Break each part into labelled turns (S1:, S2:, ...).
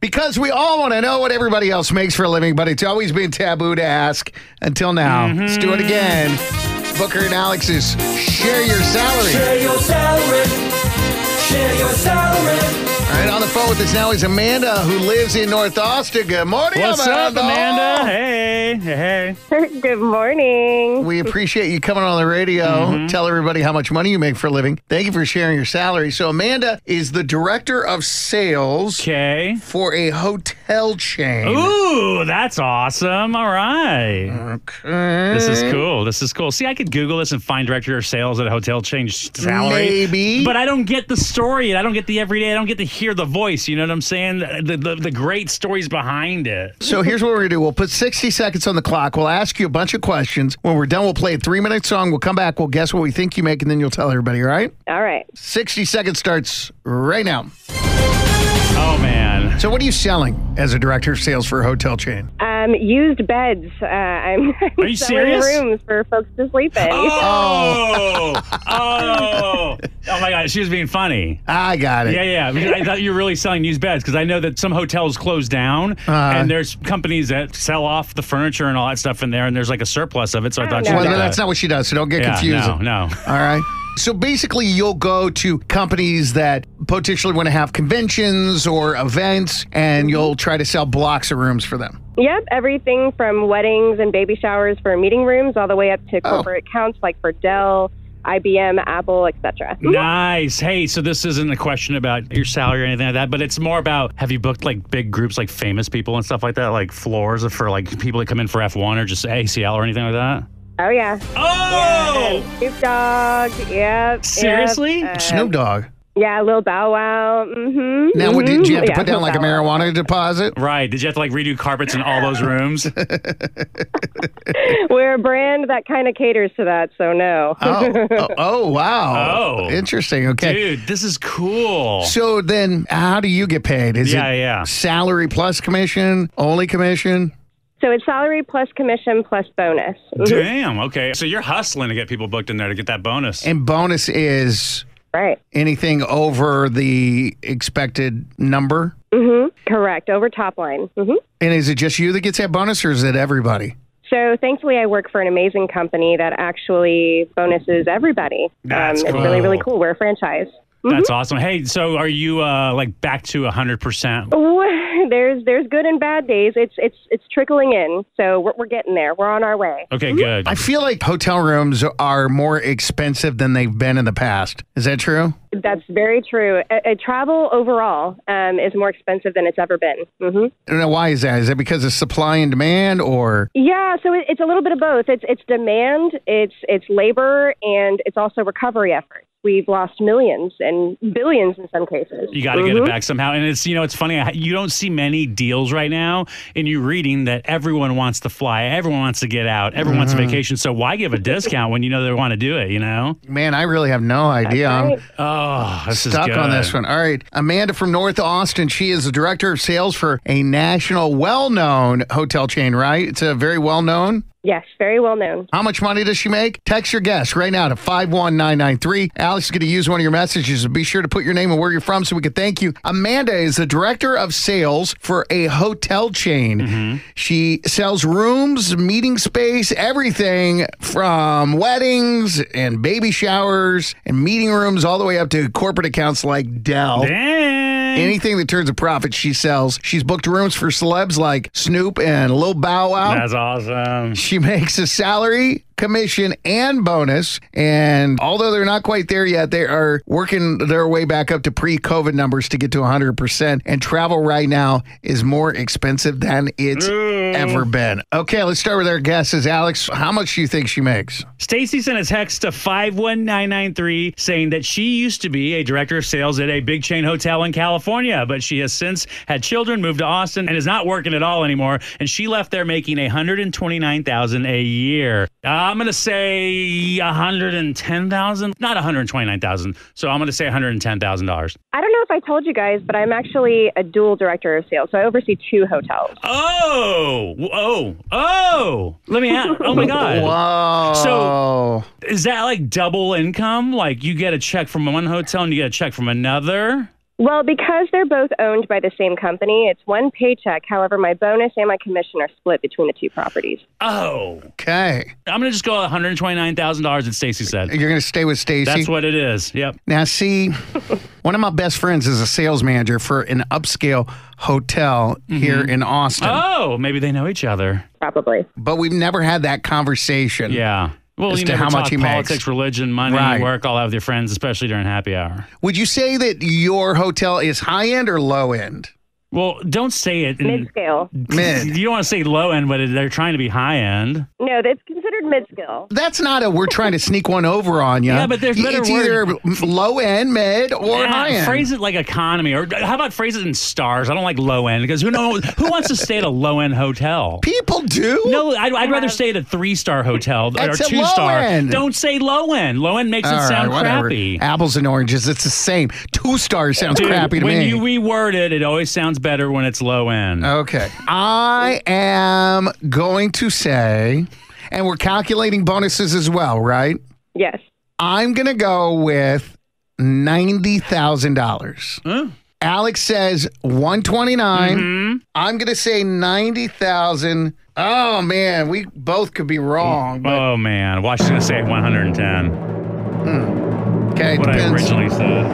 S1: Because we all want to know what everybody else makes for a living, but it's always been taboo to ask until now.
S2: Mm-hmm.
S1: Let's do it again. It's Booker and Alex's Share Your Salary.
S3: Share your salary. Share your salary.
S1: All right, on the phone with us now is Amanda, who lives in North Austin. Good morning,
S2: What's up,
S1: Amanda.
S2: Amanda? Hey, hey.
S4: Good morning.
S1: We appreciate you coming on the radio.
S2: Mm-hmm.
S1: Tell everybody how much money you make for a living. Thank you for sharing your salary. So, Amanda is the director of sales
S2: Okay.
S1: for a hotel chain.
S2: Ooh, that's awesome. All right.
S1: Okay.
S2: This is cool. This is cool. See, I could Google this and find director of sales at a hotel change salary.
S1: Maybe.
S2: But I don't get the story. and I don't get the everyday. I don't get to hear the voice. You know what I'm saying? The, the, the great stories behind it.
S1: So here's what we're gonna do. We'll put 60 seconds on the clock. We'll ask you a bunch of questions. When we're done, we'll play a three minute song. We'll come back. We'll guess what we think you make, and then you'll tell everybody. All right?
S4: All right.
S1: 60 seconds starts right now.
S2: Oh, man.
S1: So what are you selling as a director of sales for a hotel chain?
S4: Um, used beds. Uh, I'm
S2: Are you
S4: selling
S2: serious?
S4: rooms for folks to sleep in.
S2: Oh. Oh. Oh, my God. She was being funny.
S1: I got it.
S2: Yeah, yeah. I mean, I thought you were really selling used beds because I know that some hotels close down and there's companies that sell off the furniture and all that stuff in there, and there's like a surplus of it. So I thought you
S1: Well,
S2: did
S1: no,
S2: that.
S1: that's not what she does, so don't get
S2: yeah,
S1: confused.
S2: No, no.
S1: All right. So basically, you'll go to companies that potentially want to have conventions or events, and you'll try to sell blocks of rooms for them.
S4: Yep, everything from weddings and baby showers for meeting rooms all the way up to
S1: Oh.
S4: corporate accounts like for Dell, IBM, Apple, etc.
S2: Nice. Hey, so this isn't a question about your salary or anything like that, but it's more about have you booked like big groups, like famous people and stuff like that, like floors for like people that come in for F1 or just ACL or anything like that?
S4: Oh yeah.
S2: Oh!
S4: Snoop Dogg. Yep. yep.
S2: Seriously?
S4: Uh,
S1: Snoop Dogg.
S4: yeah, Lil Bow Wow. Mm-hmm.
S1: Now, what did you have to
S4: Yeah,
S1: put down
S4: Lil
S1: like a
S4: Bow Wow.
S1: marijuana deposit?
S2: Right. Did you have to like redo carpets in all those rooms?
S4: We're a brand that kind of caters to that, so no.
S1: Oh, oh, oh, wow.
S2: Oh.
S1: Interesting. Okay.
S2: Dude, this is cool.
S1: So then, how do you get paid? Is
S2: Yeah,
S1: it
S2: yeah.
S1: salary plus commission, only commission?
S4: so it's salary plus commission plus bonus. Mm-hmm.
S2: Damn. Okay. So you're hustling to get people booked in there to get that bonus.
S1: And bonus is
S4: Right.
S1: anything over the expected number?
S4: hmm Correct. Over top line. hmm
S1: And is it just you that gets that bonus or is it everybody?
S4: So thankfully, I work for an amazing company that actually bonuses everybody.
S2: That's
S4: um, It's
S2: cool.
S4: really, really cool. We're a franchise.
S2: That's
S1: Mm-hmm.
S2: awesome. Hey, so are you uh, like back to 100%?
S4: Ooh, There's there's good and bad days. It's it's it's trickling in. So we're, we're getting there. We're on our way.
S2: Okay, good.
S1: Mm-hmm. I feel like hotel rooms are more expensive than they've been in the past. Is that true?
S4: That's very true. A, a travel overall um, is more expensive than it's ever been. hmm
S1: I don't know why is that? Is that because of supply and demand or
S4: Yeah. So it, it's a little bit of both. It's it's demand. It's it's labor, and it's also recovery efforts. We've lost millions and billions in some cases. Mm-hmm.
S2: You got to
S1: Mm-hmm.
S2: get it back somehow. And it's, you know, it's funny. I- You don't see many deals right now, and you're reading that everyone wants to fly, everyone wants to get out, everyone wants a
S1: Mm-hmm.
S2: vacation. So why give a discount when you know they want to do it, you know?
S1: man, I really have no idea. I'm-
S4: right.
S2: Oh, this is
S1: stuck
S2: good.
S1: on this one. All right. Amanda from North Austin. She is the director of sales for a national, well known hotel chain, right? It's a very well known.
S4: Yes, very well known.
S1: How much money does she make? Text your guess right now to 51993. Alex is going to use one of your messages. Be sure to put your name and where you're from so we can thank you. Amanda is the director of sales for a hotel chain. She sells rooms, meeting space, everything from weddings and baby showers and meeting rooms all the way up to corporate accounts like Dell.
S2: Dang.
S1: Anything that turns a profit, she sells. She's booked rooms for celebs like Snoop and Lil Bow Wow.
S2: That's awesome.
S1: She makes a salary commission and bonus. And although they're not quite there yet, they are working their way back up to pre COVID numbers to get to 100%. And travel right now is more expensive than it's
S2: Mm.
S1: ever been. Okay, let's start with our guesses. Alex, how much do you think she makes?
S2: Stacy sent a text to 51993 saying that she used to be a director of sales at a big chain hotel in California, but she has since had children, moved to Austin, and is not working at all anymore. And she left there making 129000 a year. Uh, I'm going to say 110000 not 129000 So I'm going to say $110,000.
S4: I don't know if I told you guys, but I'm actually a dual director of sales, so I oversee two hotels.
S2: Oh, oh, oh. Let me ask. Oh my God.
S1: Wow.
S2: So- Is that like double income? Like you get a check from one hotel and you get a check from another?
S4: Well, because they're both owned by the same company, it's one paycheck. However, my bonus and my commission are split between the two properties.
S2: Oh,
S1: okay.
S2: I'm gonna just go $129,000 that Stacy said.
S1: You're going to stay with Stacy.
S2: That's what it is. Yep.
S1: Now, see, one of my best friends is a sales manager for an upscale hotel
S2: Mm-hmm.
S1: here in Austin,
S2: Oh, maybe they know each other.
S4: Probably.
S1: but we've never had that conversation.
S2: Yeah. Well,
S1: As
S2: you
S1: to
S2: know
S1: how much he makes.
S2: politics, religion, money,
S1: Right.
S2: work, all that with your friends, especially during happy hour.
S1: Would you say that your hotel is high end or low end?
S2: Well, don't say it. in-
S4: Mid scale.
S1: Mid.
S2: You don't want to say low end, but it- they're trying to be high end.
S4: No, that's considered mid scale.
S1: That's not a we're trying to sneak one over on you.
S2: Yeah, but there's better
S1: It's
S2: word.
S1: either low end, mid, or
S2: Yeah,
S1: high end.
S2: Phrase it like economy, or how about phrase it in stars? I don't like low end because who knows who wants to stay at a low end hotel?
S1: People do.
S2: No, I'd, I'd rather stay at a three star hotel or
S1: That's a
S2: two
S1: low
S2: star.
S1: end.
S2: Don't say low end. Low end makes
S1: All
S2: it
S1: right,
S2: sound
S1: whatever.
S2: crappy.
S1: Apples and oranges. It's the same. Two stars sounds
S2: Dude,
S1: crappy to
S2: when
S1: me. Uh,
S2: you reword it, it always sounds better when it's low end.
S1: Okay. I am going to say, and we're calculating bonuses as well, right?
S4: Yes.
S1: I'm going to go with $90,000.
S2: Huh?
S1: Alex says 129.
S2: Mm-hmm.
S1: I'm going to say 90,000. Oh man, we both could be wrong, but
S2: oh man, Washington say 110.
S1: okay, it
S2: What I
S1: depends.
S2: originally said.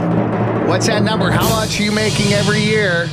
S1: What's that number? How much are you making every year?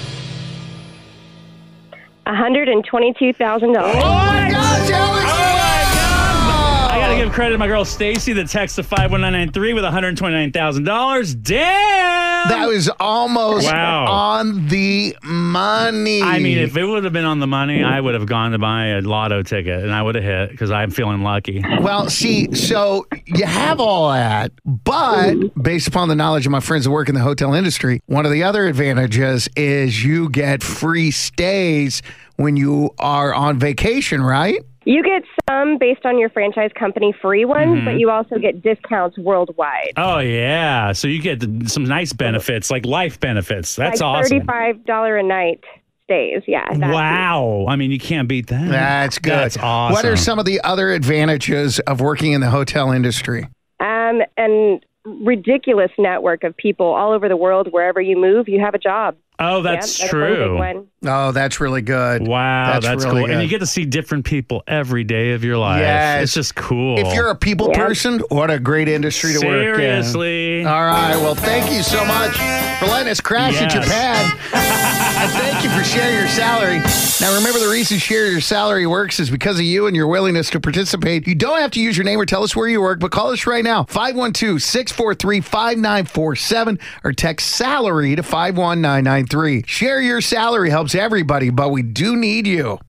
S4: $122,000.
S1: Oh my gosh, Alex!
S2: Oh I gotta give credit to my girl Stacy that texted to 51993 with 129,000 dollars. Damn.
S1: That was almost
S2: Wow.
S1: on the money.
S2: I mean, if it would have been on the money, I would have gone to buy a lotto ticket and I would have hit because I'm feeling lucky.
S1: Well, see, so you have all that, but
S2: Mm-hmm.
S1: based upon the knowledge of my friends that work in the hotel industry, one of the other advantages is you get free stays when you are on vacation, right?
S4: You get some based on your franchise company free ones,
S2: Mm-hmm.
S4: but you also get discounts worldwide.
S2: Oh yeah, so you get th- some nice benefits like life benefits. That's
S4: like
S2: awesome.
S4: $35 a night stays. Yeah. that's-
S2: Wow, I mean you can't beat that.
S1: That's good.
S2: Mm-hmm. That's awesome.
S1: What are some of the other advantages of working in the hotel industry?
S4: Um, and ridiculous network of people all over the world. Wherever you move, you have a job.
S2: Oh,
S4: Yeah,
S2: that's
S4: that's one big
S2: true.
S4: one.
S1: Oh, that's really good.
S2: Wow, that's,
S1: really
S2: cool. And you
S1: good.
S2: get to see different people every day of your life.
S1: Yes.
S2: It's just cool.
S1: if you're a people person, what a great industry to work in.
S2: seriously.
S1: All right. Well, thank you so much for letting us crash at your
S2: Yes.
S1: pad. and thank you for sharing your salary. Now, remember the reason Share Your Salary works is because of you and your willingness to participate. You don't have to use your name or tell us where you work, but call us right now, 512 643 5947, or text salary to 51993. Share Your Salary helps everybody, but we do need you.